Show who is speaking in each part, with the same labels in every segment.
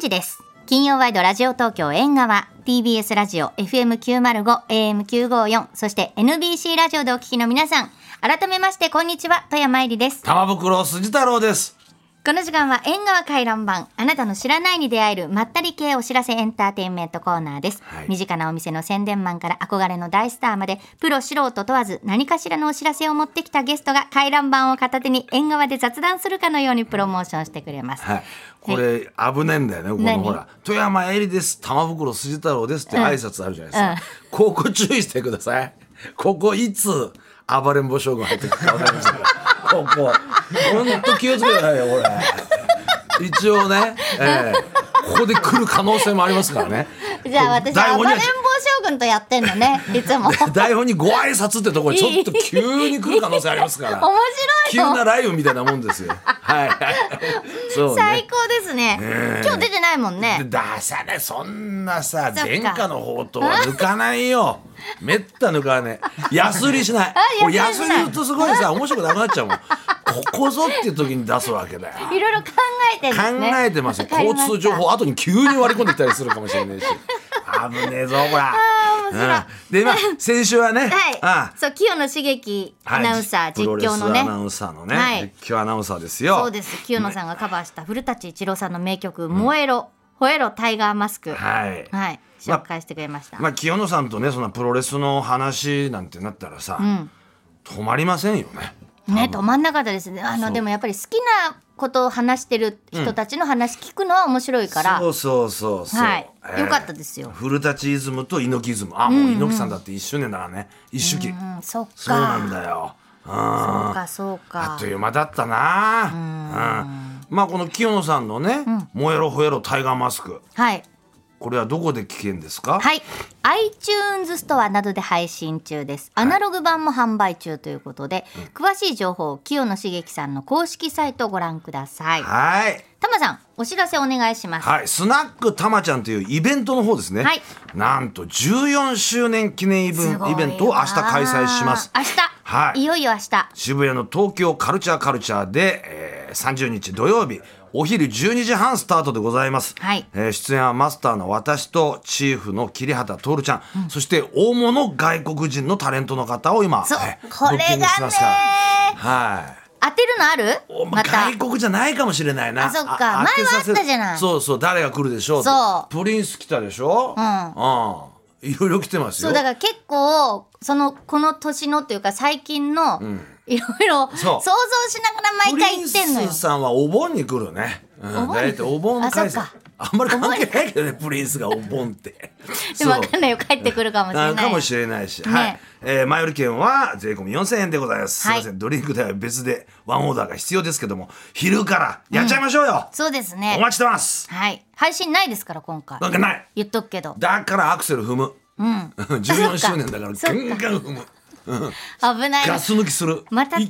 Speaker 1: 時です金曜ワイドラジオ東京縁側 TBS ラジオ FM905 AM954 そして NBC ラジオでお聞きの皆さん改めましてこんにちは富山えりです
Speaker 2: 玉袋筋太郎です
Speaker 1: この時間は縁側回覧版あなたの知らないに出会えるまったり系お知らせエンターテインメントコーナーです、
Speaker 2: はい
Speaker 1: 身近なお店の宣伝マンから憧れの大スターまでプロ素人問わず何かしらのお知らせを持ってきたゲストが回覧版を片手に縁側で雑談するかのようにプロモーションしてくれます、
Speaker 2: はいこれ危ねえんだよねこの
Speaker 1: 何
Speaker 2: ほら「富山えりです玉袋筋太郎です」って挨拶あるじゃないですか、ここ注意してくださいここいつ暴れん坊将軍入ってくるか分かりませんけどここほんと気をつけてくださいよこれ一応ね、ええここで来る可能性もありますからね
Speaker 1: じゃあ私
Speaker 2: 台
Speaker 1: は暴
Speaker 2: 本
Speaker 1: れ
Speaker 2: に
Speaker 1: ん坊将軍とやってんのねいつ も面
Speaker 2: 台本にご挨拶ってところにちょっと急に来る可能性ありますから
Speaker 1: 白い
Speaker 2: 急
Speaker 1: よ
Speaker 2: な雷雨みたいなもんですよ はいそう
Speaker 1: 最
Speaker 2: ね
Speaker 1: 高ですね
Speaker 2: え
Speaker 1: 今日出てないもんね
Speaker 2: 出さねそんなさ
Speaker 1: そっか
Speaker 2: 殿下の宝刀は抜かな いよめった抜かねえやすりしない
Speaker 1: あ
Speaker 2: 俺や
Speaker 1: やす
Speaker 2: す
Speaker 1: りし
Speaker 2: り
Speaker 1: ない
Speaker 2: 言うとすごいさ面白くなくなっちゃうもんここぞっていう時に出すわけだよ
Speaker 1: いろいろ考えてるんで
Speaker 2: 考
Speaker 1: すね
Speaker 2: えてますよ
Speaker 1: わかり
Speaker 2: 交
Speaker 1: した
Speaker 2: 通情報後に急に割り込んできたりするかもしれないし危ねえぞこらうん、でまあ先週はね、
Speaker 1: はい。
Speaker 2: ああ
Speaker 1: そう、清野茂樹アナウンサー、
Speaker 2: はい
Speaker 1: 実況の
Speaker 2: プロレス
Speaker 1: ね
Speaker 2: ア。ナウンサーのね、
Speaker 1: はい
Speaker 2: 実況アナウンサーですよ
Speaker 1: そうです。清野さんがカバーした古舘一郎さんの名曲、燃えろ、吠えろ、タイガーマスク。はい。
Speaker 2: はい、
Speaker 1: 紹介してくれました。
Speaker 2: まあ清野さんとねそんなプロレスの話なんてなったらさ、止まりませんよね
Speaker 1: ね、止まんなかったですね。あ
Speaker 2: そ
Speaker 1: の、
Speaker 2: う
Speaker 1: でもやっぱり好きなことを話してる人たちの話聞くのは面白いから。
Speaker 2: そうそうそうそう、
Speaker 1: はいよかったですよ
Speaker 2: 古舘イズムと猪木イズムあもう猪木さんだって1周年だからね一周期、
Speaker 1: うん、そっか。
Speaker 2: そうなんだようん
Speaker 1: そうか、そう
Speaker 2: あ
Speaker 1: か
Speaker 2: っと。いう間だったなうんまあこの清野さんのね「燃えろ吠えろタイガーマスク
Speaker 1: はい。」
Speaker 2: これはどこで聞けんですか、
Speaker 1: はい。iTunes ストアなどで配信中です。アナログ版も販売中ということで、詳しい情報を清野茂樹さんの公式サイトをご覧ください。
Speaker 2: はい
Speaker 1: タマさん、お知らせお願いします。
Speaker 2: はい、スナックたまちゃんというイベントの方ですね、
Speaker 1: はい
Speaker 2: なんと14周年記念イベン
Speaker 1: すごい
Speaker 2: イベントを明日開催します
Speaker 1: 明日、
Speaker 2: はい
Speaker 1: いよいよ明日。
Speaker 2: 渋谷の東京カルチャーカルチャーで、えー30日土曜日お昼12時半スタートでございます、
Speaker 1: はい
Speaker 2: えー出演はマスターの私とチーフの桐畑徹ちゃん、そして大物外国人のタレントの方を今、
Speaker 1: そう
Speaker 2: えー、
Speaker 1: これ
Speaker 2: ブッキングして
Speaker 1: が
Speaker 2: ま
Speaker 1: ね
Speaker 2: すからはい
Speaker 1: 当てるのある
Speaker 2: おま
Speaker 1: また
Speaker 2: 外。国じゃないかもしれないな
Speaker 1: あそっか
Speaker 2: 当てさ
Speaker 1: 前はあ
Speaker 2: せ
Speaker 1: ったじゃない
Speaker 2: そうそう誰が来るでしょうって
Speaker 1: そう
Speaker 2: プリンス来たでしょうんいろいろ来てますよ
Speaker 1: そう、だから結構、その、この年のというか最近の、いろいろ
Speaker 2: そ
Speaker 1: 想
Speaker 2: う
Speaker 1: 像しながら毎回行ってんの
Speaker 2: プリ
Speaker 1: よ
Speaker 2: ンス。さんはお盆に来るね、うん、
Speaker 1: お盆
Speaker 2: 大体お盆開催
Speaker 1: あそっか
Speaker 2: あんまり関係ないけどねプリンスがお盆って
Speaker 1: でもわ
Speaker 2: そう
Speaker 1: かんないよ、帰ってくるかもしれな
Speaker 2: あ
Speaker 1: い。
Speaker 2: かもしれないし、
Speaker 1: ね
Speaker 2: はい、えー前売り券は税込み4000円でございます、
Speaker 1: はい
Speaker 2: すいませんドリンク代は別でワンオーダーが必要ですけども昼からやっちゃいましょうよ、
Speaker 1: そうですね。
Speaker 2: お待ちしてます
Speaker 1: はい。配信ないですから、今回。
Speaker 2: なんかない
Speaker 1: 言っとくけど。
Speaker 2: だからアクセル踏む。うん、14周年だから
Speaker 1: そっか
Speaker 2: ガンガン踏む。
Speaker 1: 危ない。
Speaker 2: ガス抜きする。
Speaker 1: また大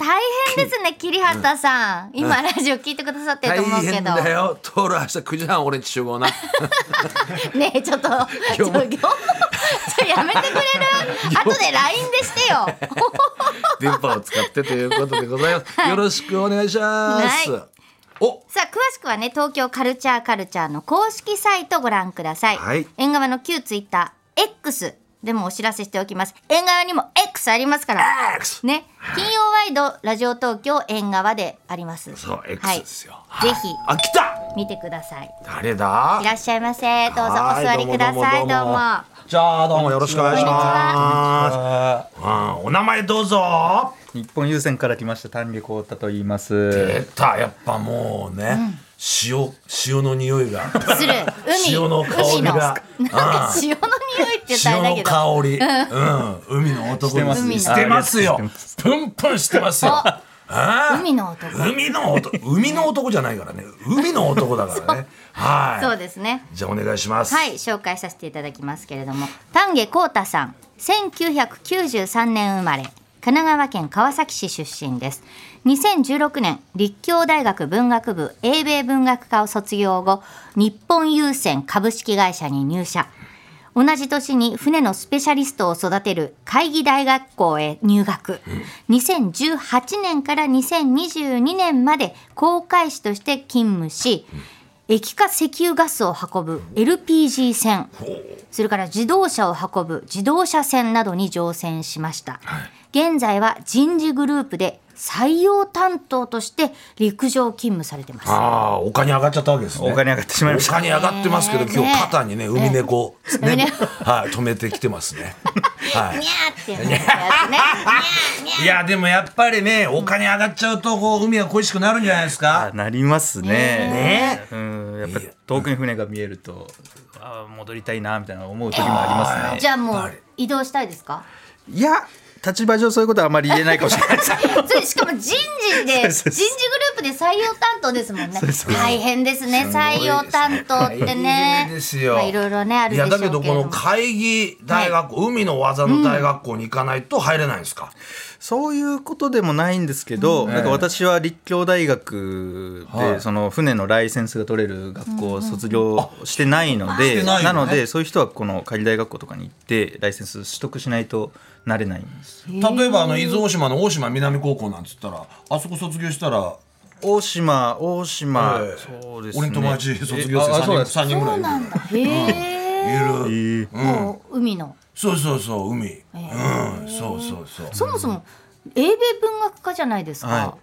Speaker 1: 変ですね、桐畑さん。今、ラジオ聞いてくださってる
Speaker 2: 大
Speaker 1: と思うけ
Speaker 2: 変
Speaker 1: ど。
Speaker 2: だよ。トール明日9時半俺んち集 合な。
Speaker 1: ねえ、ちょっと、ちょっと、業務、ちょっとやめてくれる後で LINE でしてよ。
Speaker 2: 電波を使ってということでございます。よろしくお願いします。
Speaker 1: はい
Speaker 2: お、
Speaker 1: さあ、詳しくはね、東京カルチャーカルチャーの公式サイトご覧ください。
Speaker 2: はい
Speaker 1: 縁側の旧ツイッター、X でもお知らせしておきます。縁側にも X ありますから。
Speaker 2: X。
Speaker 1: ね、金曜ワイドラジオ東京縁側であります。
Speaker 2: そう、
Speaker 1: は
Speaker 2: X
Speaker 1: い
Speaker 2: ですよ。
Speaker 1: ぜ
Speaker 2: はい
Speaker 1: ひ
Speaker 2: あ、来た。
Speaker 1: 見てください。
Speaker 2: 誰だ
Speaker 1: い。らっしゃいませ。どうぞお
Speaker 2: はい
Speaker 1: 座りください。どうも。
Speaker 2: じゃあどうもよろしくお願いします。うんお名前どうぞ。
Speaker 3: 日本郵船から来ました丹下幸太と言いま
Speaker 2: 出
Speaker 3: す。
Speaker 2: たやっぱもうね、塩塩の匂いが。
Speaker 1: する。 海。
Speaker 2: 塩の香
Speaker 1: 海
Speaker 2: りが
Speaker 1: のなん か塩の匂いって言ったらあれだけ
Speaker 2: 潮の
Speaker 1: ど。
Speaker 2: 香り、うん、海の男に
Speaker 3: してます
Speaker 2: してますよ
Speaker 3: 海の。
Speaker 2: プンプンしてますよ。あ
Speaker 1: 海の男。
Speaker 2: あ海の男、海の男じゃないからね、海の男だからね。
Speaker 1: そ
Speaker 2: は
Speaker 1: うですね。
Speaker 2: い。じゃあお願いします。
Speaker 1: はい、紹介させていただきますけれども、丹下幸太さん、1993年生まれ、神奈川県川崎市出身です。2016年、立教大学文学部英米文学科を卒業後、日本郵船株式会社に入社。同じ年に船のスペシャリストを育てる海技大学校へ入学、2018年から2022年まで航海士として勤務し、液化石油ガスを運ぶ LPG 船それから自動車を運ぶ自動車船などに乗船しました、現在は人事グループで採用担当として陸上勤務されてます
Speaker 2: ああ、お金上がっちゃったわけですね。
Speaker 3: お金上がってしまいまし
Speaker 2: お金上がってますけど、
Speaker 1: ね
Speaker 2: 今日肩にね、海猫、
Speaker 1: 海
Speaker 2: ね、
Speaker 1: 猫
Speaker 2: はい、止めてきてますね。はい
Speaker 1: に。ゃーってやつねにゃーにゃー
Speaker 2: いや、でもやっぱりね、お金上がっちゃうと、こう、海が恋しくなるんじゃないです
Speaker 3: た。
Speaker 2: か。
Speaker 3: なりますね。
Speaker 2: ね。
Speaker 3: うん、やっぱ遠くに船が見えると、あー戻りたいなみたいな思う時もありますね。
Speaker 1: じゃあもう移動したいですか
Speaker 3: いや、立場上そういうことはあまり言えないかもし れないです。
Speaker 1: それしかも人事で
Speaker 3: そ
Speaker 1: 人事グ
Speaker 3: うそうそう
Speaker 1: ループで採用担当ですもんね
Speaker 3: うそう
Speaker 1: 大変ですね採用担当って
Speaker 2: 大
Speaker 1: ね
Speaker 2: 変ですよ
Speaker 1: まあいろいろねある
Speaker 2: い
Speaker 1: でしょ
Speaker 2: や、
Speaker 1: うけ
Speaker 2: だ
Speaker 1: れ
Speaker 2: け
Speaker 1: ど
Speaker 2: ど、
Speaker 1: も
Speaker 2: この会議大学、海の技の大学校に行かないと入れないんですか。
Speaker 3: そういうことでもないんですけど、なんか私は立教大学で、
Speaker 2: はい
Speaker 3: その船のライセンスが取れる学校を卒業してないの
Speaker 2: し
Speaker 3: で、
Speaker 2: てないよね
Speaker 3: なのでそういう人はこの仮大学校とかに行ってライセンス取得しないとなれないんです。
Speaker 2: 例えば、あの、伊豆大島の大島南高校なんつったら、あそこ卒業したら。
Speaker 3: 大島、大島、
Speaker 2: ええ
Speaker 3: そうですね。
Speaker 2: 俺の友達卒業生
Speaker 3: えあそうな
Speaker 2: 3人
Speaker 3: んです
Speaker 2: 三人ぐら
Speaker 1: そう
Speaker 2: いいる
Speaker 1: なんだへえ
Speaker 2: いる
Speaker 1: もう海の
Speaker 2: そうそうそう海うんそうそうそう
Speaker 1: そもそも英米文学科じゃないですか
Speaker 3: は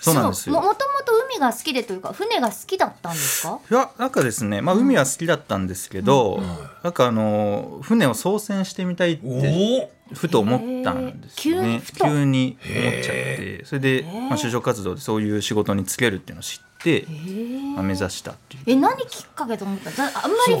Speaker 3: そうなんですよ
Speaker 1: ももともと海が好きでというか船が好きだったんですか
Speaker 3: いやなんかですね、まあ、海は好きだったんですけど、なんかあの船を操船してみたいっ
Speaker 2: お
Speaker 3: て
Speaker 2: お
Speaker 3: ふと思ったんです
Speaker 1: へー急
Speaker 3: よ
Speaker 1: に
Speaker 3: ね
Speaker 1: ふと
Speaker 3: 急に思っちゃってそれで、まあ、就職活動でそういう仕事に就けるっていうのを知って、まあ、目指したっていう
Speaker 1: え何きっかけと思っただあんまりふ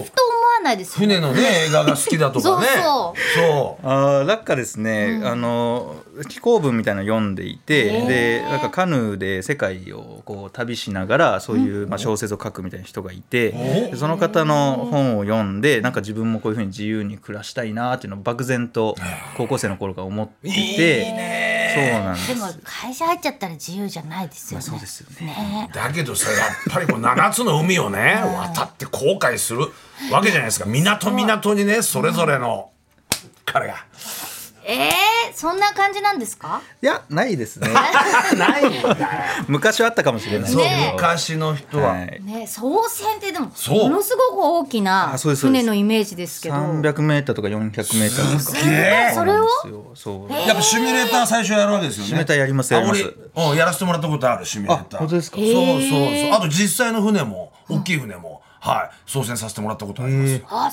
Speaker 1: と思
Speaker 2: そう
Speaker 1: わないですよね
Speaker 2: 船のね映画が好きだとかね
Speaker 1: そう
Speaker 2: そう
Speaker 3: あーなんかですね、あの紀行文みたいなの読んでいてでなんかカヌーで世界をこう旅しながらそういう、まあ、小説を書くみたいな人がいてでその方の本を読んでなんか自分もこういうふうに自由に暮らしたいなっていうのを漠然と高校生の頃から思っててそうなんです
Speaker 1: でも会社入っちゃったら自由じゃないですよね、
Speaker 3: そうですよね。
Speaker 1: ね
Speaker 2: だけどさやっぱりこう7つの海をね渡って後悔するわけじゃないですか港港にねそれぞれの彼が
Speaker 1: えー、そんな感じなんですか
Speaker 3: いやないですね
Speaker 2: ない
Speaker 3: 昔はあったかもしれない
Speaker 2: そう
Speaker 1: ね
Speaker 2: 昔の人
Speaker 3: は
Speaker 2: はい
Speaker 1: ね、総船ってでも
Speaker 2: そう
Speaker 1: ものすごく大きな
Speaker 3: あそうですそうで
Speaker 1: 船
Speaker 3: す
Speaker 1: のイメージですけど
Speaker 3: 300メーターとか400メーターとか
Speaker 2: げえ
Speaker 1: それを
Speaker 3: そうなんですよそう
Speaker 2: やっぱシミュレーター最初やるわけですよね
Speaker 3: シミュレーターやりますやります
Speaker 2: あ俺うんやらせてもらったことあるシミュレーター
Speaker 3: あ本当ですか
Speaker 2: そうそうそうあと実際の船も大きい船もはい操船させてもらったことありますよ
Speaker 1: あ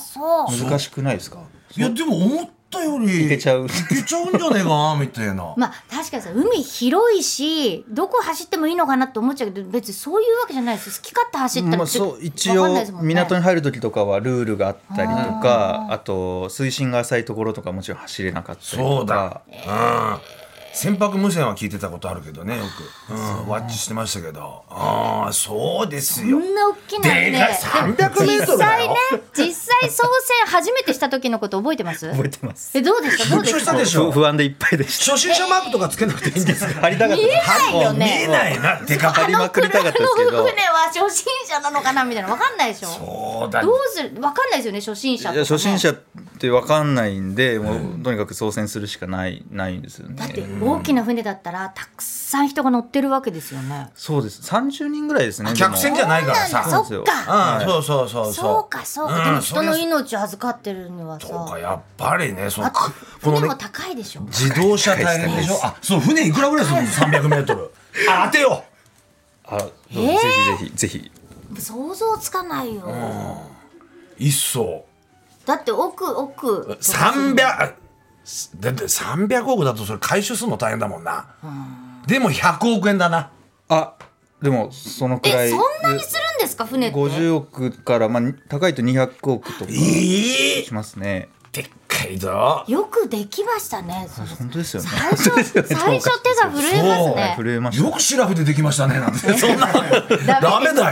Speaker 1: そう
Speaker 3: 難しくないですか
Speaker 2: いやでも思ったよりい
Speaker 3: けちゃう
Speaker 2: いけちゃうんじゃねえかなみたいな
Speaker 1: まあ確かにさ海広いしどこ走ってもいいのかなって思っちゃうけど別にそういうわけじゃないですよ好き勝手走った
Speaker 3: ま
Speaker 1: ら
Speaker 3: あ、
Speaker 1: ちょ
Speaker 3: そ
Speaker 1: っ
Speaker 3: う
Speaker 1: と
Speaker 3: 一
Speaker 1: わかんないで
Speaker 3: 応
Speaker 1: すもんね
Speaker 3: 港に入る時とかはルールがあったりとかあと水深が浅いところとかもちろん走れなかったり
Speaker 2: そ
Speaker 3: と
Speaker 2: うだ
Speaker 3: か
Speaker 2: うん船舶無線は聞いてたことあるけどねよく、うん、ワッチしてましたけどああそうです
Speaker 1: こ
Speaker 2: よ
Speaker 1: んな大きな
Speaker 2: でかい
Speaker 1: でも
Speaker 2: 300m
Speaker 1: 実
Speaker 2: だ
Speaker 1: 際ね
Speaker 2: よ
Speaker 1: 実際操船初めてした時のこと覚えてます
Speaker 3: 覚えてます
Speaker 1: えどうでしたどうで
Speaker 2: 復習
Speaker 1: し
Speaker 2: したたでしょ
Speaker 3: ふ不安でいっぱいでした
Speaker 2: 初心者マークとかつけなくていいんですか
Speaker 3: 張りたかったです
Speaker 1: ないよね
Speaker 2: 見えないなでか
Speaker 3: 張りまくりたかったですけ
Speaker 1: あの
Speaker 3: ど
Speaker 1: 船は初心者なのかなみたいなわかんないでしょ
Speaker 2: そうだ
Speaker 1: どうするわかんないですよね初心者とか
Speaker 3: い
Speaker 1: ね
Speaker 3: や初心者って分かんないんでもうとにかく操船するしかないないんですよね
Speaker 1: だって大きな船だったらたくさん人が乗ってるわけですよね。
Speaker 3: そうです30人ぐらいですねでも
Speaker 2: 客船じゃないからさ
Speaker 1: そうなんだそっか。
Speaker 2: うん、そうそうそうそう
Speaker 1: そうかそうか。でも人
Speaker 2: うん
Speaker 1: の
Speaker 2: そりゃ
Speaker 1: 命を預かってるのは
Speaker 2: そうか
Speaker 1: さ、
Speaker 2: やっぱりねその
Speaker 1: あと
Speaker 2: かこの
Speaker 1: 船
Speaker 2: ね
Speaker 1: も高いでしょ。
Speaker 2: 自動車大変でしょあそう船いくらぐらいするの300メートルあ当てよう
Speaker 3: あどうぞ
Speaker 1: えー
Speaker 3: ぜひぜひぜひ
Speaker 1: 想像つかないよ。
Speaker 2: 一層
Speaker 1: だって奥奥。
Speaker 2: 300あだって300億だとそれ回収するの大変だもんなでも100億円だな
Speaker 3: あでもそのくら
Speaker 1: え
Speaker 3: い
Speaker 1: そんなにするんですか船って。
Speaker 3: 50億から、まあ、高いと200億とか
Speaker 2: え
Speaker 3: し
Speaker 2: え
Speaker 3: ますね
Speaker 2: でっかいぞ
Speaker 1: よくできましたね。それ
Speaker 3: 本当ですよね
Speaker 1: 最初最初手が震え
Speaker 2: そう
Speaker 1: ま
Speaker 3: はい
Speaker 1: す
Speaker 3: 震
Speaker 1: ね。
Speaker 3: えました
Speaker 2: よくシラフでできました ねなんてそんなダメ
Speaker 1: です
Speaker 2: だ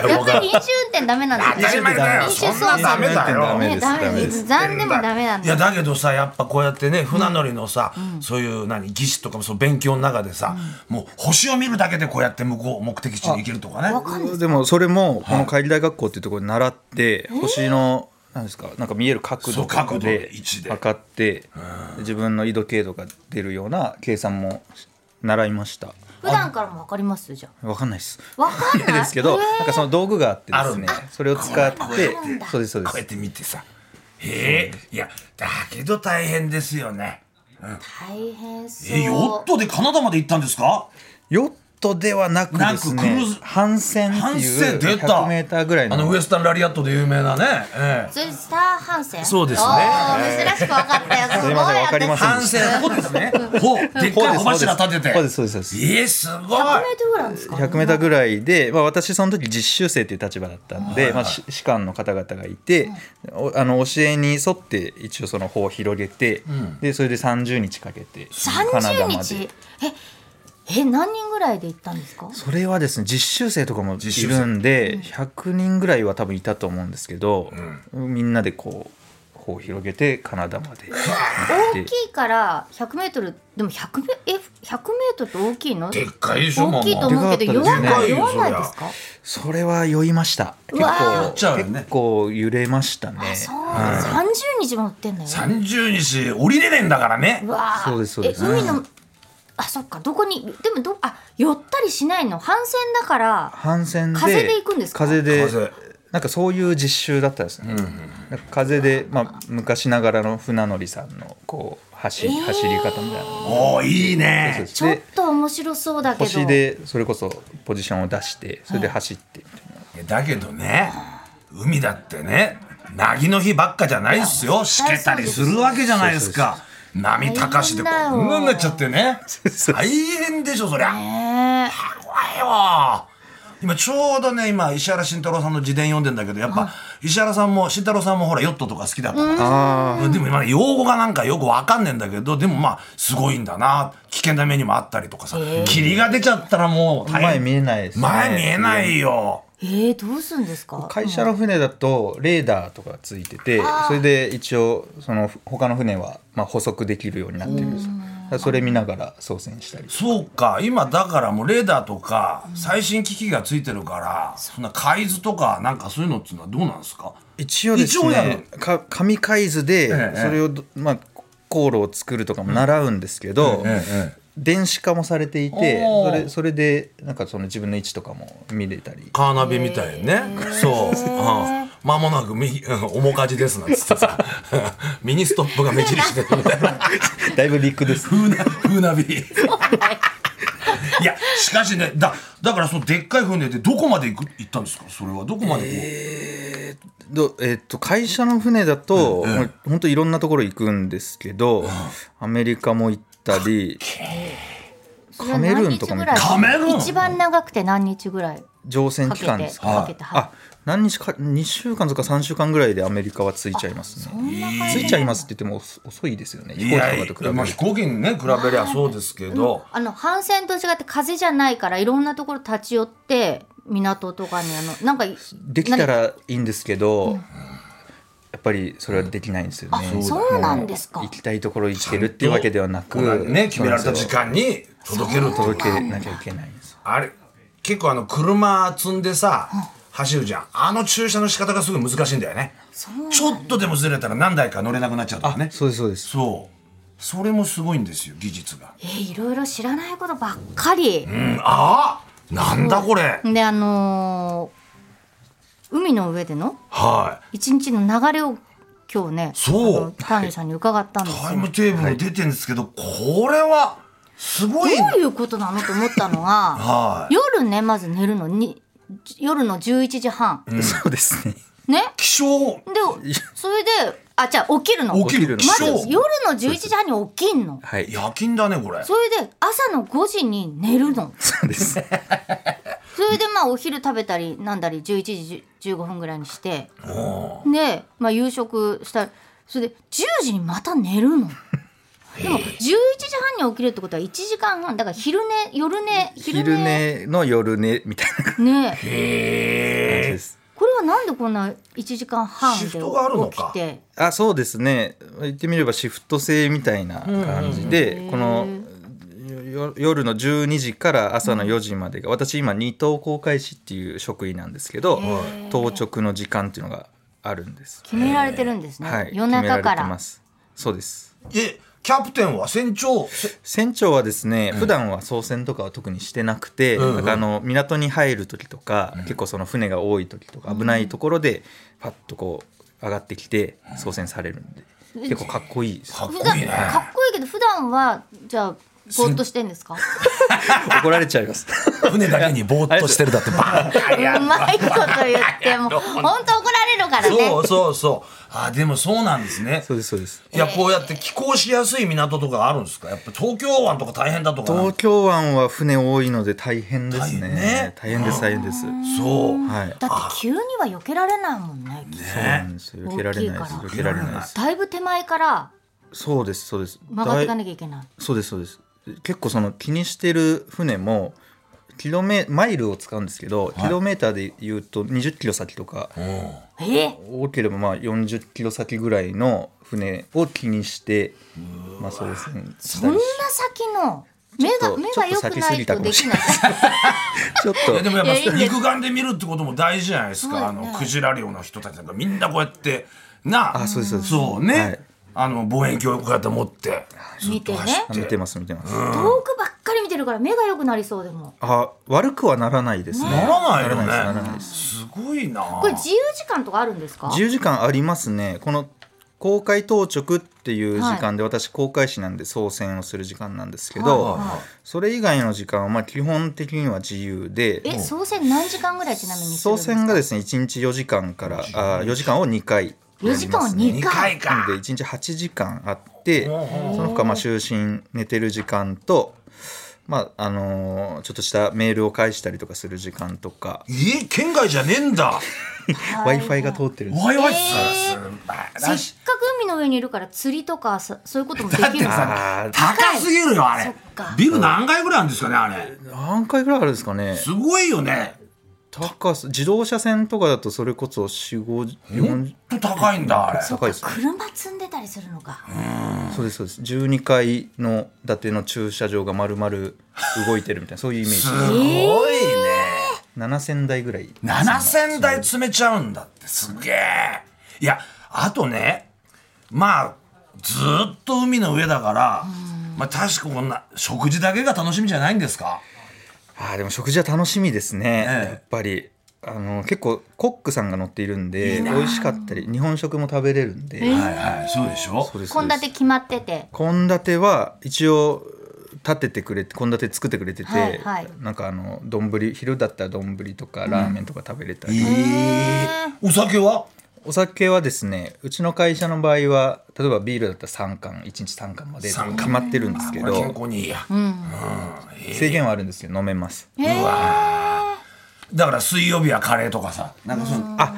Speaker 2: よ
Speaker 1: やっ
Speaker 2: 僕
Speaker 1: ぱ
Speaker 2: は
Speaker 1: り飲酒運転ダメなん
Speaker 2: 当
Speaker 1: です
Speaker 2: た
Speaker 1: ね
Speaker 2: り前だよ
Speaker 1: 飲
Speaker 2: そ
Speaker 1: 酒
Speaker 2: んな
Speaker 1: 操
Speaker 2: ダ
Speaker 1: 作
Speaker 2: メだよ
Speaker 3: 飲酒運転ダメ
Speaker 1: ね
Speaker 3: です
Speaker 1: ダメで
Speaker 3: ダ
Speaker 1: す。残
Speaker 3: メ
Speaker 1: でもダメなん
Speaker 2: いや
Speaker 1: だ。
Speaker 2: だけどさやっぱこうやってね船乗りのさ、そういう何技師とかもそう勉強の中でさ、もう星を見るだけでこうやって向こう目的地に行けるとかね
Speaker 1: わかんない。
Speaker 3: でもそれもこの海り大学校っていうところで習って、星のなんですかなんか見える角
Speaker 2: そ
Speaker 3: 度
Speaker 2: う
Speaker 3: とか
Speaker 2: 角度
Speaker 3: で
Speaker 2: 位置で
Speaker 3: 測って自分の緯度経度が出るような計算も習いました
Speaker 1: 普段からもわかりますじゃ
Speaker 3: わかんないです。
Speaker 1: わかんない
Speaker 3: ですけ
Speaker 1: へ
Speaker 3: ど、
Speaker 1: ー
Speaker 3: なんかその道具があってですね
Speaker 2: あるんだ、
Speaker 3: それを使って
Speaker 2: こ、
Speaker 3: そうですそうで
Speaker 2: こうやっ
Speaker 3: す。
Speaker 2: て見てさへえいやだけど大変ですよね
Speaker 1: あ大変そう
Speaker 4: えヨットでカナダまで行ったんですか
Speaker 3: ヨットではなくです
Speaker 4: なくクル
Speaker 3: ね
Speaker 4: ーズ、
Speaker 3: 帆船って
Speaker 4: 帆
Speaker 3: い
Speaker 4: 船
Speaker 3: う
Speaker 4: 出た
Speaker 3: 100メーターぐらい
Speaker 2: あの
Speaker 3: の
Speaker 2: ウエスタンラリアットで有名なね、ええ
Speaker 1: それスターハンセン
Speaker 2: そうですね
Speaker 1: おー珍しくわかったよすご
Speaker 3: すい
Speaker 1: い
Speaker 3: ませんわかりません
Speaker 2: 反省ここですねほうでっかい
Speaker 3: 方です
Speaker 2: 小
Speaker 3: 方です
Speaker 2: 柱立てて
Speaker 3: そうですそうですそうです。
Speaker 2: ええすごい
Speaker 1: 100メートルぐらいなんですか
Speaker 3: 100メーターぐらいで、まあ、私その時実習生っていう立場だったんで、まあ、し士官の方々がいて、おあの教えに沿って一応その方を広げて、でそれで30日かけてカナダ
Speaker 1: 30
Speaker 3: ま
Speaker 1: 日
Speaker 3: で
Speaker 1: ええ何人ぐらいで行ったんですか
Speaker 3: それはですね実習生とかもい
Speaker 2: 実習
Speaker 3: るんで100人ぐらいは多分いたと思うんですけど、みんなでこう方を広げてカナダまで行
Speaker 1: 大
Speaker 3: っ
Speaker 1: き
Speaker 3: て
Speaker 1: いから100メートルでも100メえ100メートルって大きいの
Speaker 2: でっかいでしょ
Speaker 1: 大きいと
Speaker 2: まあま
Speaker 1: 思うけど
Speaker 3: でか
Speaker 1: 弱
Speaker 3: かった
Speaker 1: な
Speaker 3: ですね
Speaker 1: い弱ないですか
Speaker 3: それは酔いました結
Speaker 1: わー
Speaker 3: 構
Speaker 2: 酔っちゃうよね
Speaker 3: 結構揺れましたね
Speaker 1: あそう30日も乗ってんだよ
Speaker 2: あ30日降りれねえんだからね
Speaker 1: うわー
Speaker 3: そうですそうです
Speaker 1: え海のあそっかどこにでもどあ寄ったりしないの帆船だから
Speaker 3: 帆船で
Speaker 1: 風で行くんですか
Speaker 3: 風で
Speaker 2: 風
Speaker 3: なんかそういう実習だったんですね、なんか風で、まあ、昔ながらの船乗りさんのこう走,、
Speaker 1: えー
Speaker 3: 走り方みたいなの
Speaker 2: おーいい
Speaker 3: を
Speaker 2: ね
Speaker 1: ちょっ
Speaker 3: で
Speaker 1: と面白そうだけど
Speaker 3: 腰でそれこそポジションを出してそれで走ってみたいな、
Speaker 2: いやだけどね海だってね凪の日ばっかじゃないっすよしけたりするわけじゃないですか波高しでこ
Speaker 1: 大変だよ
Speaker 2: んなになっちゃってね
Speaker 3: そう
Speaker 2: 大変でしょそりゃ
Speaker 1: ね
Speaker 2: 怖いわ今ちょうどね今石原慎太郎さんの自伝読んでんだけどやっぱ石原さんも慎太郎さんもほらヨットとか好きだったから
Speaker 3: あ
Speaker 2: でも今用語がなんかよくわかんねえんだけどでもまあすごいんだな危険な目にもあったりとかさ霧が出ちゃったらもう
Speaker 3: あ
Speaker 2: 大
Speaker 3: 前
Speaker 2: 変
Speaker 3: 見えないですね
Speaker 2: 前見えないよ
Speaker 1: ええー、どうするんですか
Speaker 3: 会社の船だとレーダーとかついててそれで一応その他の船はまあ捕捉できるようになってるんですよだからそれ見ながら操船したり
Speaker 2: そうか今だからもうレーダーとか最新機器がついてるからそんな海図とかなんかそういうのっていうのはどうなんですか
Speaker 3: 一応です
Speaker 2: 一応や
Speaker 3: ねか紙海図
Speaker 2: え
Speaker 3: で
Speaker 2: え
Speaker 3: それをど、まあ、航路を作るとかも習うんですけど、電子化もされていて
Speaker 2: お
Speaker 3: そ
Speaker 2: ー
Speaker 3: れそれでなんかその自分の位置とかも見れたり
Speaker 2: カーナビみたいにね、そう、うん間もなくみ 面かじですなんつってさ ミニストップが目印でみたいな
Speaker 3: だいぶ 陸です
Speaker 2: 風な風ナビいやしかしねだだからそのでっかい船でどこまで行く行ったんですかそれはどこまでこう、
Speaker 3: ど、えっと会社の船だと本当、ほんといろんなところ行くんですけど、アメリカも行ったりカメルーンとかも
Speaker 1: それは何日ぐ
Speaker 3: 行っ
Speaker 1: らい
Speaker 2: カメルーン
Speaker 1: 一番長くて何日ぐらい
Speaker 3: 乗船期間です
Speaker 1: か
Speaker 3: か
Speaker 1: けてかけてはい
Speaker 3: あ何日か2週間とか3週間ぐらいでアメリカは着いちゃいますね着いちゃいますって言っても遅遅いですよね飛
Speaker 2: い
Speaker 3: 行機と
Speaker 2: や
Speaker 3: かと比べると
Speaker 2: まあ、飛行機にね比べりゃそうですけど、
Speaker 1: あの帆船と違って風じゃないからいろんなところ立ち寄って港とかにあのなんか
Speaker 3: できたらいいんですけど、やっぱりそれはできないんですよね。
Speaker 1: あそうなんですか
Speaker 3: もう行きたいところ行けるっていうわけではなく、
Speaker 2: ね決められた時
Speaker 3: そう
Speaker 2: 間に届ける
Speaker 3: なんですよ
Speaker 2: と
Speaker 3: 届けなきゃいけないんですよ。
Speaker 2: あれ結構あの車積んでさ、走るじゃんあの駐車の仕方がすごい難しいんだよねちょっとでもずれたら何台か乗れなくなっちゃうとかね
Speaker 3: そうですそうです。
Speaker 2: そうそれもすごいんですよ技術が、
Speaker 1: えーいろいろ知らないことばっかり、
Speaker 2: うん、ああなんだこれ
Speaker 1: であのー海の上での
Speaker 2: は
Speaker 1: 一日の流れを今日ね
Speaker 2: そう
Speaker 1: あの丹下さんに伺ったんで
Speaker 2: い
Speaker 1: すよ、
Speaker 2: タイムテーブル出てるんですけど、これはすごい
Speaker 1: どういうことなのと思ったのが、
Speaker 2: はい
Speaker 1: 夜ねまず寝るのに夜の11時半、
Speaker 3: そうですね。
Speaker 1: ね
Speaker 2: 気象
Speaker 1: でそれであじゃあ起きるの
Speaker 2: 起きる
Speaker 3: 起きる
Speaker 1: まず
Speaker 2: 気象
Speaker 1: 夜の11時半に起きんの
Speaker 3: はい。
Speaker 2: 夜勤だねこれ
Speaker 1: それで朝の5時に寝るの
Speaker 3: そうです。
Speaker 1: それでまあお昼食べたりなんだり11時15分ぐらいにしてで、まあ、夕食したらそれで10時にまた寝るの。でも11時半に起きるってことは1時間半だから昼寝夜寝 昼
Speaker 3: 昼
Speaker 1: 寝
Speaker 3: 寝の夜寝みたいな感
Speaker 1: ねえ
Speaker 3: じです。
Speaker 1: これはなんでこんな1時間半で
Speaker 2: シフトがあるの
Speaker 1: 起
Speaker 2: か
Speaker 1: きて
Speaker 3: あそうですね言ってみればシフト制みたいな感じで、このよ夜の12時から朝の4時までが、私今二等航海士っていう職位なんですけど当直の時間っていうのがあるんです、
Speaker 1: 決められてるんですね、
Speaker 3: はい
Speaker 1: 夜中
Speaker 3: 決め
Speaker 1: から
Speaker 3: れて
Speaker 1: ら
Speaker 3: ますそうです
Speaker 2: えキャプテンは船長
Speaker 3: 船長はですね、普段は操船とかは特にしてなくて、
Speaker 2: んうん
Speaker 3: なんかあの港に入る時とか、結構その船が多い時とか危ないところでパッとこう上がってきて操船されるんで、結構かっこいいです
Speaker 2: かっこ
Speaker 1: 普段
Speaker 2: いいね
Speaker 1: かっこいいけど普段はじゃあぼーっとしてんですか
Speaker 3: 怒られちゃいます
Speaker 2: 船だけにぼーっとしてるだってバーン
Speaker 1: うまいこと言っても本当怒られるからね
Speaker 2: そうそうそうあでもそうなんですね
Speaker 3: そうですそうです
Speaker 2: いやこうやって寄港しやすい港とかあるんですかやっぱ東京湾とか大変だとかなんか
Speaker 3: 東京湾は船多いので大変です
Speaker 2: 大
Speaker 3: ね
Speaker 2: 変ね
Speaker 3: 大変です大変です
Speaker 2: そう
Speaker 3: はいそ
Speaker 1: だって急には避けられないもんね
Speaker 3: うなんですよ
Speaker 1: 大
Speaker 3: 避けら
Speaker 1: き
Speaker 3: れ
Speaker 1: い
Speaker 3: ない
Speaker 1: か
Speaker 3: です
Speaker 1: ら
Speaker 3: 避けられないです
Speaker 1: だいぶ手前から
Speaker 3: そうですそうです
Speaker 1: 曲がっていか
Speaker 3: だ
Speaker 1: な
Speaker 3: い
Speaker 1: きゃいけない
Speaker 3: そうですそうです結構その気にしてる船もキロメマイルを使うんですけど、キロメーターで言うと20キロ先とか
Speaker 1: えー
Speaker 3: 多ければまあ40キロ先ぐらいの船を気にしてまあそうですね
Speaker 1: そんな先の目
Speaker 3: ちょっ
Speaker 1: が
Speaker 3: と
Speaker 1: 目が良くないとできない
Speaker 3: ちょっ
Speaker 2: いやで
Speaker 3: と
Speaker 2: もやっ
Speaker 1: いやいい
Speaker 2: ぱ
Speaker 1: んです
Speaker 2: 肉眼で見るってことも大事じゃないです
Speaker 1: そう
Speaker 2: か、
Speaker 1: だ
Speaker 2: あ
Speaker 1: ね
Speaker 2: のクジラ漁の人たちなんかみんなこうやってなあ
Speaker 3: あそうですそうです
Speaker 2: そうね、
Speaker 3: はい
Speaker 2: あの望遠鏡をこうやって持ってずっと走っ
Speaker 3: あ
Speaker 2: て
Speaker 3: 見てます見てます、
Speaker 1: 遠くばっかり見てるから目が良くなりそうでも
Speaker 3: あ悪くはならないですね
Speaker 2: なら
Speaker 3: なら
Speaker 2: な
Speaker 3: ないい
Speaker 2: よ
Speaker 3: で
Speaker 2: ね
Speaker 3: す
Speaker 2: すごいな
Speaker 1: これ自由時間とかあるんですか
Speaker 3: 自由時間ありますねこの公開当直っていう時間で、私公開士なんで操船をする時間なんですけど、
Speaker 1: はいはい
Speaker 3: それ以外の時間はまあ基本的には自由で
Speaker 1: え総選何時間ぐらいちなみにするん
Speaker 3: 操
Speaker 1: ですか
Speaker 3: 船がですね1日4時間からあ4時間を2回
Speaker 1: 4時間を
Speaker 3: やりますね
Speaker 1: 2
Speaker 2: 2
Speaker 1: 回
Speaker 2: 回
Speaker 3: な
Speaker 2: か
Speaker 3: ので1日8時間あってその他まあ就寝寝てる時間と、まああのーちょっとしたメールを返したりとかする時間とか
Speaker 2: え県外じゃねえんだ
Speaker 3: w i f i が通ってるんです
Speaker 2: わいわい
Speaker 1: え
Speaker 2: す
Speaker 1: せっ
Speaker 2: らしい
Speaker 1: かく海の上にいるから釣りとかさそういうこともでき
Speaker 2: だっ
Speaker 1: るん
Speaker 2: て
Speaker 1: ですか
Speaker 2: さ高すぎるよあ
Speaker 1: そ
Speaker 2: れ
Speaker 1: っか
Speaker 2: ビル何階ぐらいあるんですかねあれ
Speaker 3: 何回ぐらいあるんですかね
Speaker 2: すごいよね
Speaker 3: 高さ自動車線とかだとそれこそ4 5 4
Speaker 2: ほんと高いんだあれ
Speaker 3: 高いです
Speaker 1: 車積んでたりするのか
Speaker 3: そうですそうです12階の建ての駐車場が丸々動いてるみたいなそういうイメージ
Speaker 2: すごいね
Speaker 3: 7000台ぐらい
Speaker 2: 7000台詰めちゃうんだってすげえいやあとねまあずっと海の上だから、まあ、確かこんな食事だけが楽しみじゃないんですか
Speaker 3: あーでも食事は楽しみですね、
Speaker 2: ええ
Speaker 3: やっぱりあの結構コックさんが乗っているんで美味しかったり日本食も食べれるんで献立、
Speaker 2: はいはいそうでしょ
Speaker 3: そうですそう
Speaker 1: 献
Speaker 3: です
Speaker 1: 立決まってて
Speaker 3: 献立は一応立ててくれて献立作ってくれてて、
Speaker 1: はいはい
Speaker 3: なんかあの丼昼だったら丼とかラーメンとか食べれたり、
Speaker 2: えーお酒は
Speaker 3: お酒はですねうちの会社の場合は例えばビールだったら3缶1日3缶までとか
Speaker 2: 三缶
Speaker 3: 決まってるんですけ
Speaker 2: これ健
Speaker 3: ど
Speaker 2: 康にいいや、
Speaker 3: 制限はあるんですけど飲めます
Speaker 2: だから水曜日はカレーとかさなんかそのあ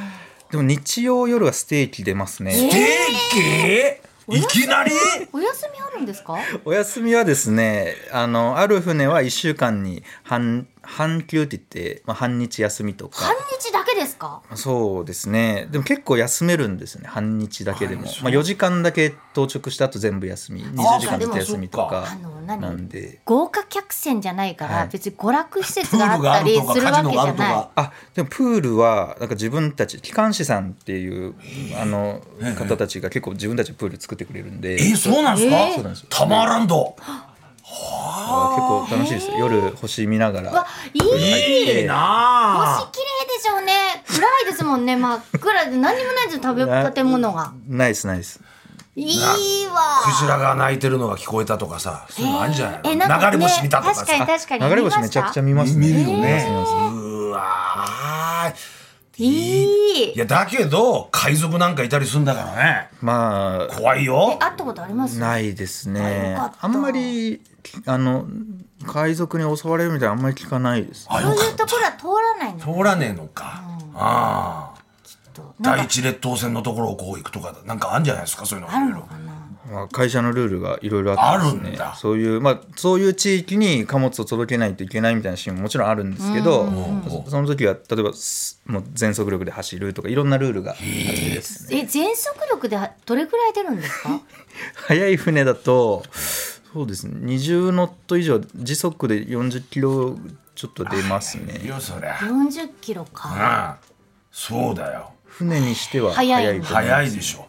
Speaker 3: でも日曜夜はステーキ出ますね、
Speaker 2: ステーキいきなり
Speaker 1: お休みあるんですか
Speaker 3: お休みはですねあのある船は1週間に半半休って言って、まあ、半日休みと
Speaker 1: 半
Speaker 3: か
Speaker 1: 日だけですか
Speaker 3: そうですねでも結構休めるんですよね半日だけでも、まあ、4時間だけ当直した後全部休み20時間ずっと休みと
Speaker 1: あ
Speaker 3: か
Speaker 1: の
Speaker 3: な
Speaker 1: 何
Speaker 3: んで
Speaker 1: 豪華客船じゃないから、
Speaker 3: はい
Speaker 1: 別に娯楽施設
Speaker 2: プ
Speaker 1: が
Speaker 2: ー
Speaker 1: あ
Speaker 2: ル
Speaker 1: っ
Speaker 2: が
Speaker 1: た
Speaker 2: ある
Speaker 1: り
Speaker 2: とか
Speaker 1: する
Speaker 2: カジ
Speaker 1: わ
Speaker 2: ノ
Speaker 1: けじ
Speaker 2: があ
Speaker 1: ゃ
Speaker 2: ると
Speaker 1: ない
Speaker 2: か
Speaker 3: あでもプールはなんか自分たち機関士さんっていうあの方たちが結構自分たちでプール作ってくれるんで
Speaker 2: えーそうなんですか、
Speaker 1: えーそう
Speaker 3: なんですよ
Speaker 2: タマーランド
Speaker 3: 結構楽しいですよ夜星見ながら
Speaker 1: わいい
Speaker 2: いいなあ
Speaker 1: 星綺麗でしょうね暗いですもんね真っ暗で何にもないですよ食べ建物が
Speaker 3: ナイスナイス
Speaker 1: いいわ
Speaker 2: クジラが鳴いてるのが聞こえたとかさそういうのあるんじゃないの、
Speaker 1: えなんか
Speaker 2: 流れ星見たとかさ
Speaker 1: ね、確かに確かに
Speaker 3: 流れ星めちゃくちゃ見ますね
Speaker 2: 見るよね
Speaker 3: 見ます見ます
Speaker 2: うわー
Speaker 1: い
Speaker 2: い
Speaker 1: い
Speaker 2: やだけど海賊なんかいたりするんだからね
Speaker 3: まあ
Speaker 2: 怖いよ
Speaker 1: 会ったことあります
Speaker 3: ないです
Speaker 1: あよ
Speaker 3: ね
Speaker 1: かった
Speaker 3: あんまりあの海賊に襲われるみたいなあんまり聞かないです
Speaker 2: あ
Speaker 1: そう
Speaker 2: よ
Speaker 1: い
Speaker 2: か
Speaker 1: う
Speaker 2: っ
Speaker 1: ところは通らないの
Speaker 2: た通らねえのか、ああ
Speaker 1: となん
Speaker 2: 第
Speaker 1: か
Speaker 2: 一列島線のところをこう行くとかなんかあるんじゃないですかそういうの
Speaker 1: ある
Speaker 2: いろ
Speaker 1: の
Speaker 2: いろ
Speaker 1: かな
Speaker 3: まあ、会社のルールがいろいろあってで
Speaker 2: あ
Speaker 3: す
Speaker 2: るん
Speaker 3: ね
Speaker 2: だ
Speaker 3: そういうまあそういう地域に貨物を届けないといけないみたいなシーンももちろんあるんですけどそその時は例えばすもう全速力で走るとかいろんなルールがあってですね
Speaker 1: え全速力でどれくらい出るんですか
Speaker 3: 速い船だとそうですね20ノット以上時速で40キロちょっと出ます
Speaker 2: いい
Speaker 3: ね
Speaker 2: よそりゃ
Speaker 1: 40キロか
Speaker 2: ああそうだよ
Speaker 3: 船にしては
Speaker 1: 速
Speaker 3: 速
Speaker 1: い
Speaker 3: い
Speaker 1: ん
Speaker 3: と
Speaker 1: だ
Speaker 3: 思います
Speaker 2: 早いでしょ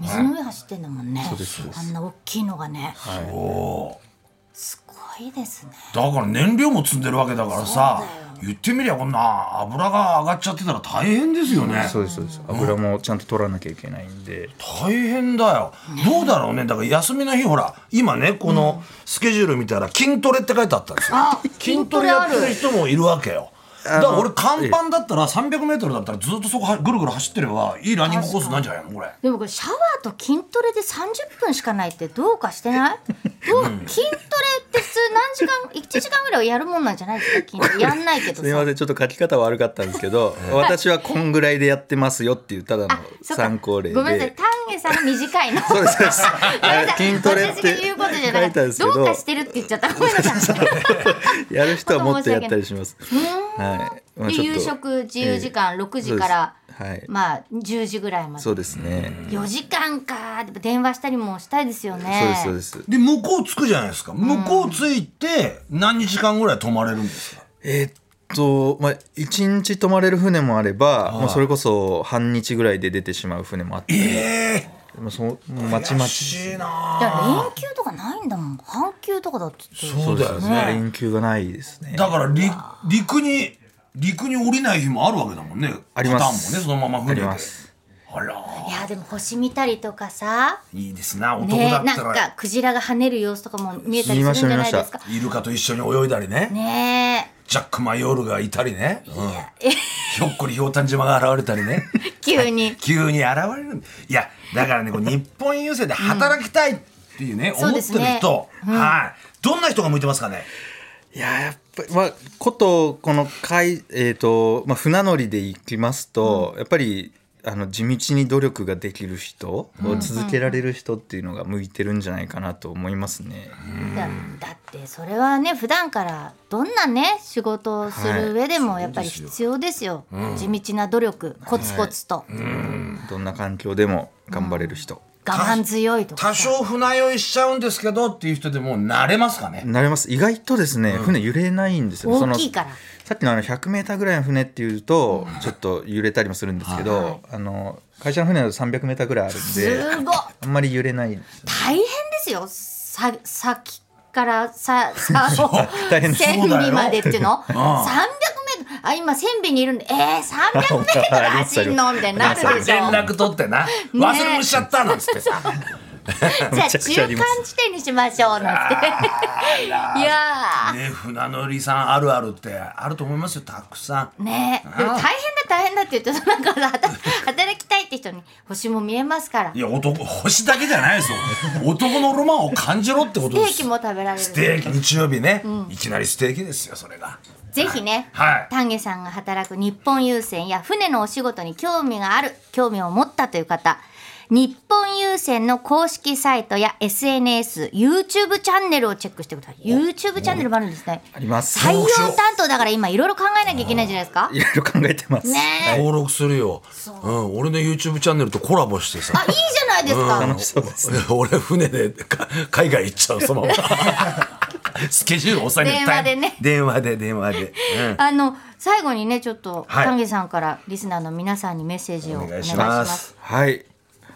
Speaker 1: 水の上走ってんだもんね、
Speaker 3: うですそうです
Speaker 1: あんな大きいのがね
Speaker 3: はい
Speaker 1: すごいですね
Speaker 4: だから燃料も積んでるわけだからさ言ってみりゃこんな油が上がっちゃってたら大変ですよね
Speaker 3: そうですそうです油もちゃんと取らなきゃいけないんで
Speaker 4: 大変だよ
Speaker 2: どうだろうねだから休みの日ほら今ねこのスケジュール見たら筋トレって書いてあったんですよ
Speaker 1: あ
Speaker 2: 筋トレやってる人もいるわけよだから俺甲板だったら 300m だったらずっとそこはぐるぐる走ってればいいランニングコースなんじゃないのこれ
Speaker 1: でもこれシャワーと筋トレで30分しかないってどうかして ないどう筋トレって普通何時間1時間ぐらいはやるもんなんじゃないですか筋トレやんないけど
Speaker 3: すみま
Speaker 1: さ
Speaker 3: せんちょっと書き方悪かったんです けど私はこんぐらいでやってますよっていうただの
Speaker 1: あそっか
Speaker 3: 参考例で
Speaker 1: ごめんなさい丹下さんの短いの
Speaker 3: そうですそうです
Speaker 1: ごめんなさい
Speaker 3: 筋トレって
Speaker 1: 私が言うことじゃな
Speaker 3: 書
Speaker 1: い
Speaker 3: いたんですけ
Speaker 1: ど
Speaker 3: ど
Speaker 1: うかしてるって言っちゃったごめんなさい
Speaker 3: やる人はもっとやったりします。はい。 まあ
Speaker 1: で
Speaker 3: ちょっと
Speaker 1: 夕食自由時間6時
Speaker 3: そうです
Speaker 1: から、
Speaker 3: はい。
Speaker 1: まあ10時ぐらいまで
Speaker 3: そうですね。
Speaker 1: 4時間かでも電話したりもしたいですよ
Speaker 3: そうで
Speaker 1: ね
Speaker 3: すそうです。
Speaker 2: で向こう着くじゃないですか向こう着いて何時間ぐらい泊まれるんですか
Speaker 3: えーっとまあ一日泊まれる船もあれば、もうそれこそ半日ぐらいで出てしまう船もあって、
Speaker 2: え
Speaker 3: まあそうもうまち
Speaker 2: え
Speaker 3: ま
Speaker 2: ら
Speaker 3: ち。
Speaker 2: しいな
Speaker 1: だから連休とかないんだもん半休とかだって言って
Speaker 2: そうだよね
Speaker 3: 連休がないですね。
Speaker 2: だから陸陸に陸に降りない日もあるわけだもんね
Speaker 3: あります
Speaker 2: パターンもねそのまま
Speaker 3: あ
Speaker 2: 船
Speaker 3: り
Speaker 2: で
Speaker 3: ます。
Speaker 2: あら
Speaker 1: いやでも星見たりとかさ、
Speaker 2: いいですな男
Speaker 1: ね、
Speaker 2: だ
Speaker 1: な
Speaker 2: っ
Speaker 1: ん
Speaker 2: たら、
Speaker 1: かクジラが跳ねる様子とかも見えたりするんじゃないですか。
Speaker 2: イルカと一緒に泳いだりね
Speaker 1: ね
Speaker 2: ジャック・マヨールがいたりね、うん、ひょっこりひょうたん島が現れた りね
Speaker 1: え、急に。
Speaker 2: 急に現れるんいやだからねこう日本郵政で働きたいっていうね、
Speaker 1: ん
Speaker 2: 思って
Speaker 1: そう
Speaker 2: る
Speaker 1: ですね
Speaker 2: 人、はいどんな人が向いてますかね
Speaker 3: いややっぱりまあことこの海えーっとまあ船乗りで行きますと、やっぱり。あの地道に努力ができる人を続けられる人っていうのが向いてるんじゃないかなと思いますね。
Speaker 1: だだってそれはね普段からどんなね仕事をする上でもやっぱり必要ですよ、地道な努力コツコツと、
Speaker 3: どんな環境でも頑張れる人。
Speaker 1: 我慢強いとか
Speaker 2: 多少船酔いしちゃうんですけどっていう人でもう慣れますかね、
Speaker 3: なれます意外とですね、船揺れないんですよ
Speaker 1: 大きいから
Speaker 3: そのさっきのあの 100m ぐらいの船っていうとちょっと揺れたりもするんですけど、あの会社の船だと 300m ぐらいあるん
Speaker 1: す
Speaker 3: で
Speaker 1: ごい
Speaker 3: あんまり揺れないんですよ
Speaker 1: 大変ですよさ先からさ さ
Speaker 3: 大変です
Speaker 1: 千
Speaker 2: そうだ
Speaker 1: 里
Speaker 2: よ
Speaker 1: までっていうの300メートルあ今千里にいるんでえー、300メートル走んのみたいになるでしょ
Speaker 2: 連絡取ってな忘れ物しちゃったなんつって さ、
Speaker 1: じゃあ
Speaker 3: め
Speaker 1: 中
Speaker 3: ちゃくちゃ
Speaker 1: 間
Speaker 3: ありま
Speaker 1: 地
Speaker 3: す
Speaker 1: 点にしましょうなんていや
Speaker 2: ね船乗りさんあるあるってあると思いますよたくさ
Speaker 1: ーねでも大変だ大変だって言ってなんか働働きたいって人に星も見えますから
Speaker 2: んいや男星だけじゃないです よ男のロマンを感じろってことで
Speaker 1: ケー
Speaker 2: す
Speaker 1: キも食べられる
Speaker 2: ステーキ日曜日ね、いきなりステーキですよそれが
Speaker 1: ぜひね、
Speaker 2: はい
Speaker 1: 丹下さんが働く日本郵船や船のお仕事に興味がある、興味を持ったという方、日本郵船の公式サイトや SNS、YouTube チャンネルをチェックしてください。YouTube チャンネルもあるんですね。
Speaker 3: あります
Speaker 1: 採用
Speaker 3: い
Speaker 1: 担当だから今いろいろ考えなきゃいけないじゃないですか。ね
Speaker 3: ろいろ考えてます、
Speaker 1: え。
Speaker 2: 登録するよ、うん、俺の YouTube チャンネルとコラボしてさ
Speaker 1: あ、いいじゃないですか。
Speaker 3: 楽しそうで す
Speaker 2: 俺船でか海外行っちゃうそのま まスケジュール押さえ
Speaker 1: 電話でね
Speaker 2: 電話で電話で、
Speaker 1: あの、最後にね、ちょっと、
Speaker 2: はい
Speaker 1: 丹下さんからリスナーの皆さんにメッセージを
Speaker 2: うん
Speaker 1: お
Speaker 2: お
Speaker 1: 願
Speaker 2: 願
Speaker 1: い
Speaker 2: い
Speaker 1: し
Speaker 2: し
Speaker 1: ま
Speaker 2: ますす。
Speaker 3: はい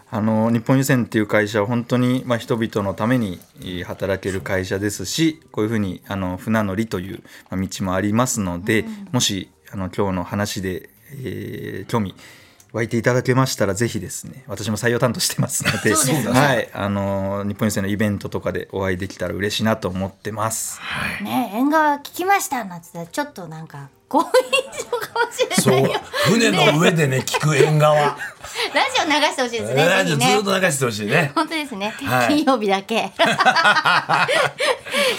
Speaker 3: あの日本郵船っていう会社は本当に、まあ、人々のためにえー働ける会社ですしこういうふうにあの船乗りというまあ道もありますので、もしあの今日の話で、えー興味湧いていただけましたらぜひですね私も採用担当してますので
Speaker 1: そうですね
Speaker 3: はい、あの日本郵船のイベントとかでお会いできたら嬉しいなと思ってます。
Speaker 1: ね縁側聞きましたなんて言ったらちょっとなんか強引そうかもしれ
Speaker 2: そ
Speaker 1: な
Speaker 2: う
Speaker 1: いよ
Speaker 2: 船の上でね聞く縁 側
Speaker 1: ラジオ流してほしいですね
Speaker 2: ラ
Speaker 1: ぜ
Speaker 2: ジ
Speaker 1: ひね
Speaker 2: オずっと流してほしいね
Speaker 1: 本当ですね、
Speaker 2: はい
Speaker 1: 金曜日だけ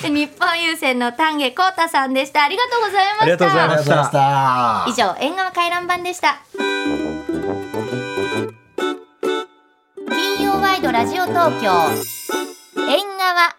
Speaker 1: 日本郵船の丹下幸太さんでしたありがとうございました
Speaker 3: ありがとうございました
Speaker 2: た
Speaker 1: 以上縁側回覧版でした金曜ワイドラジオ東京縁側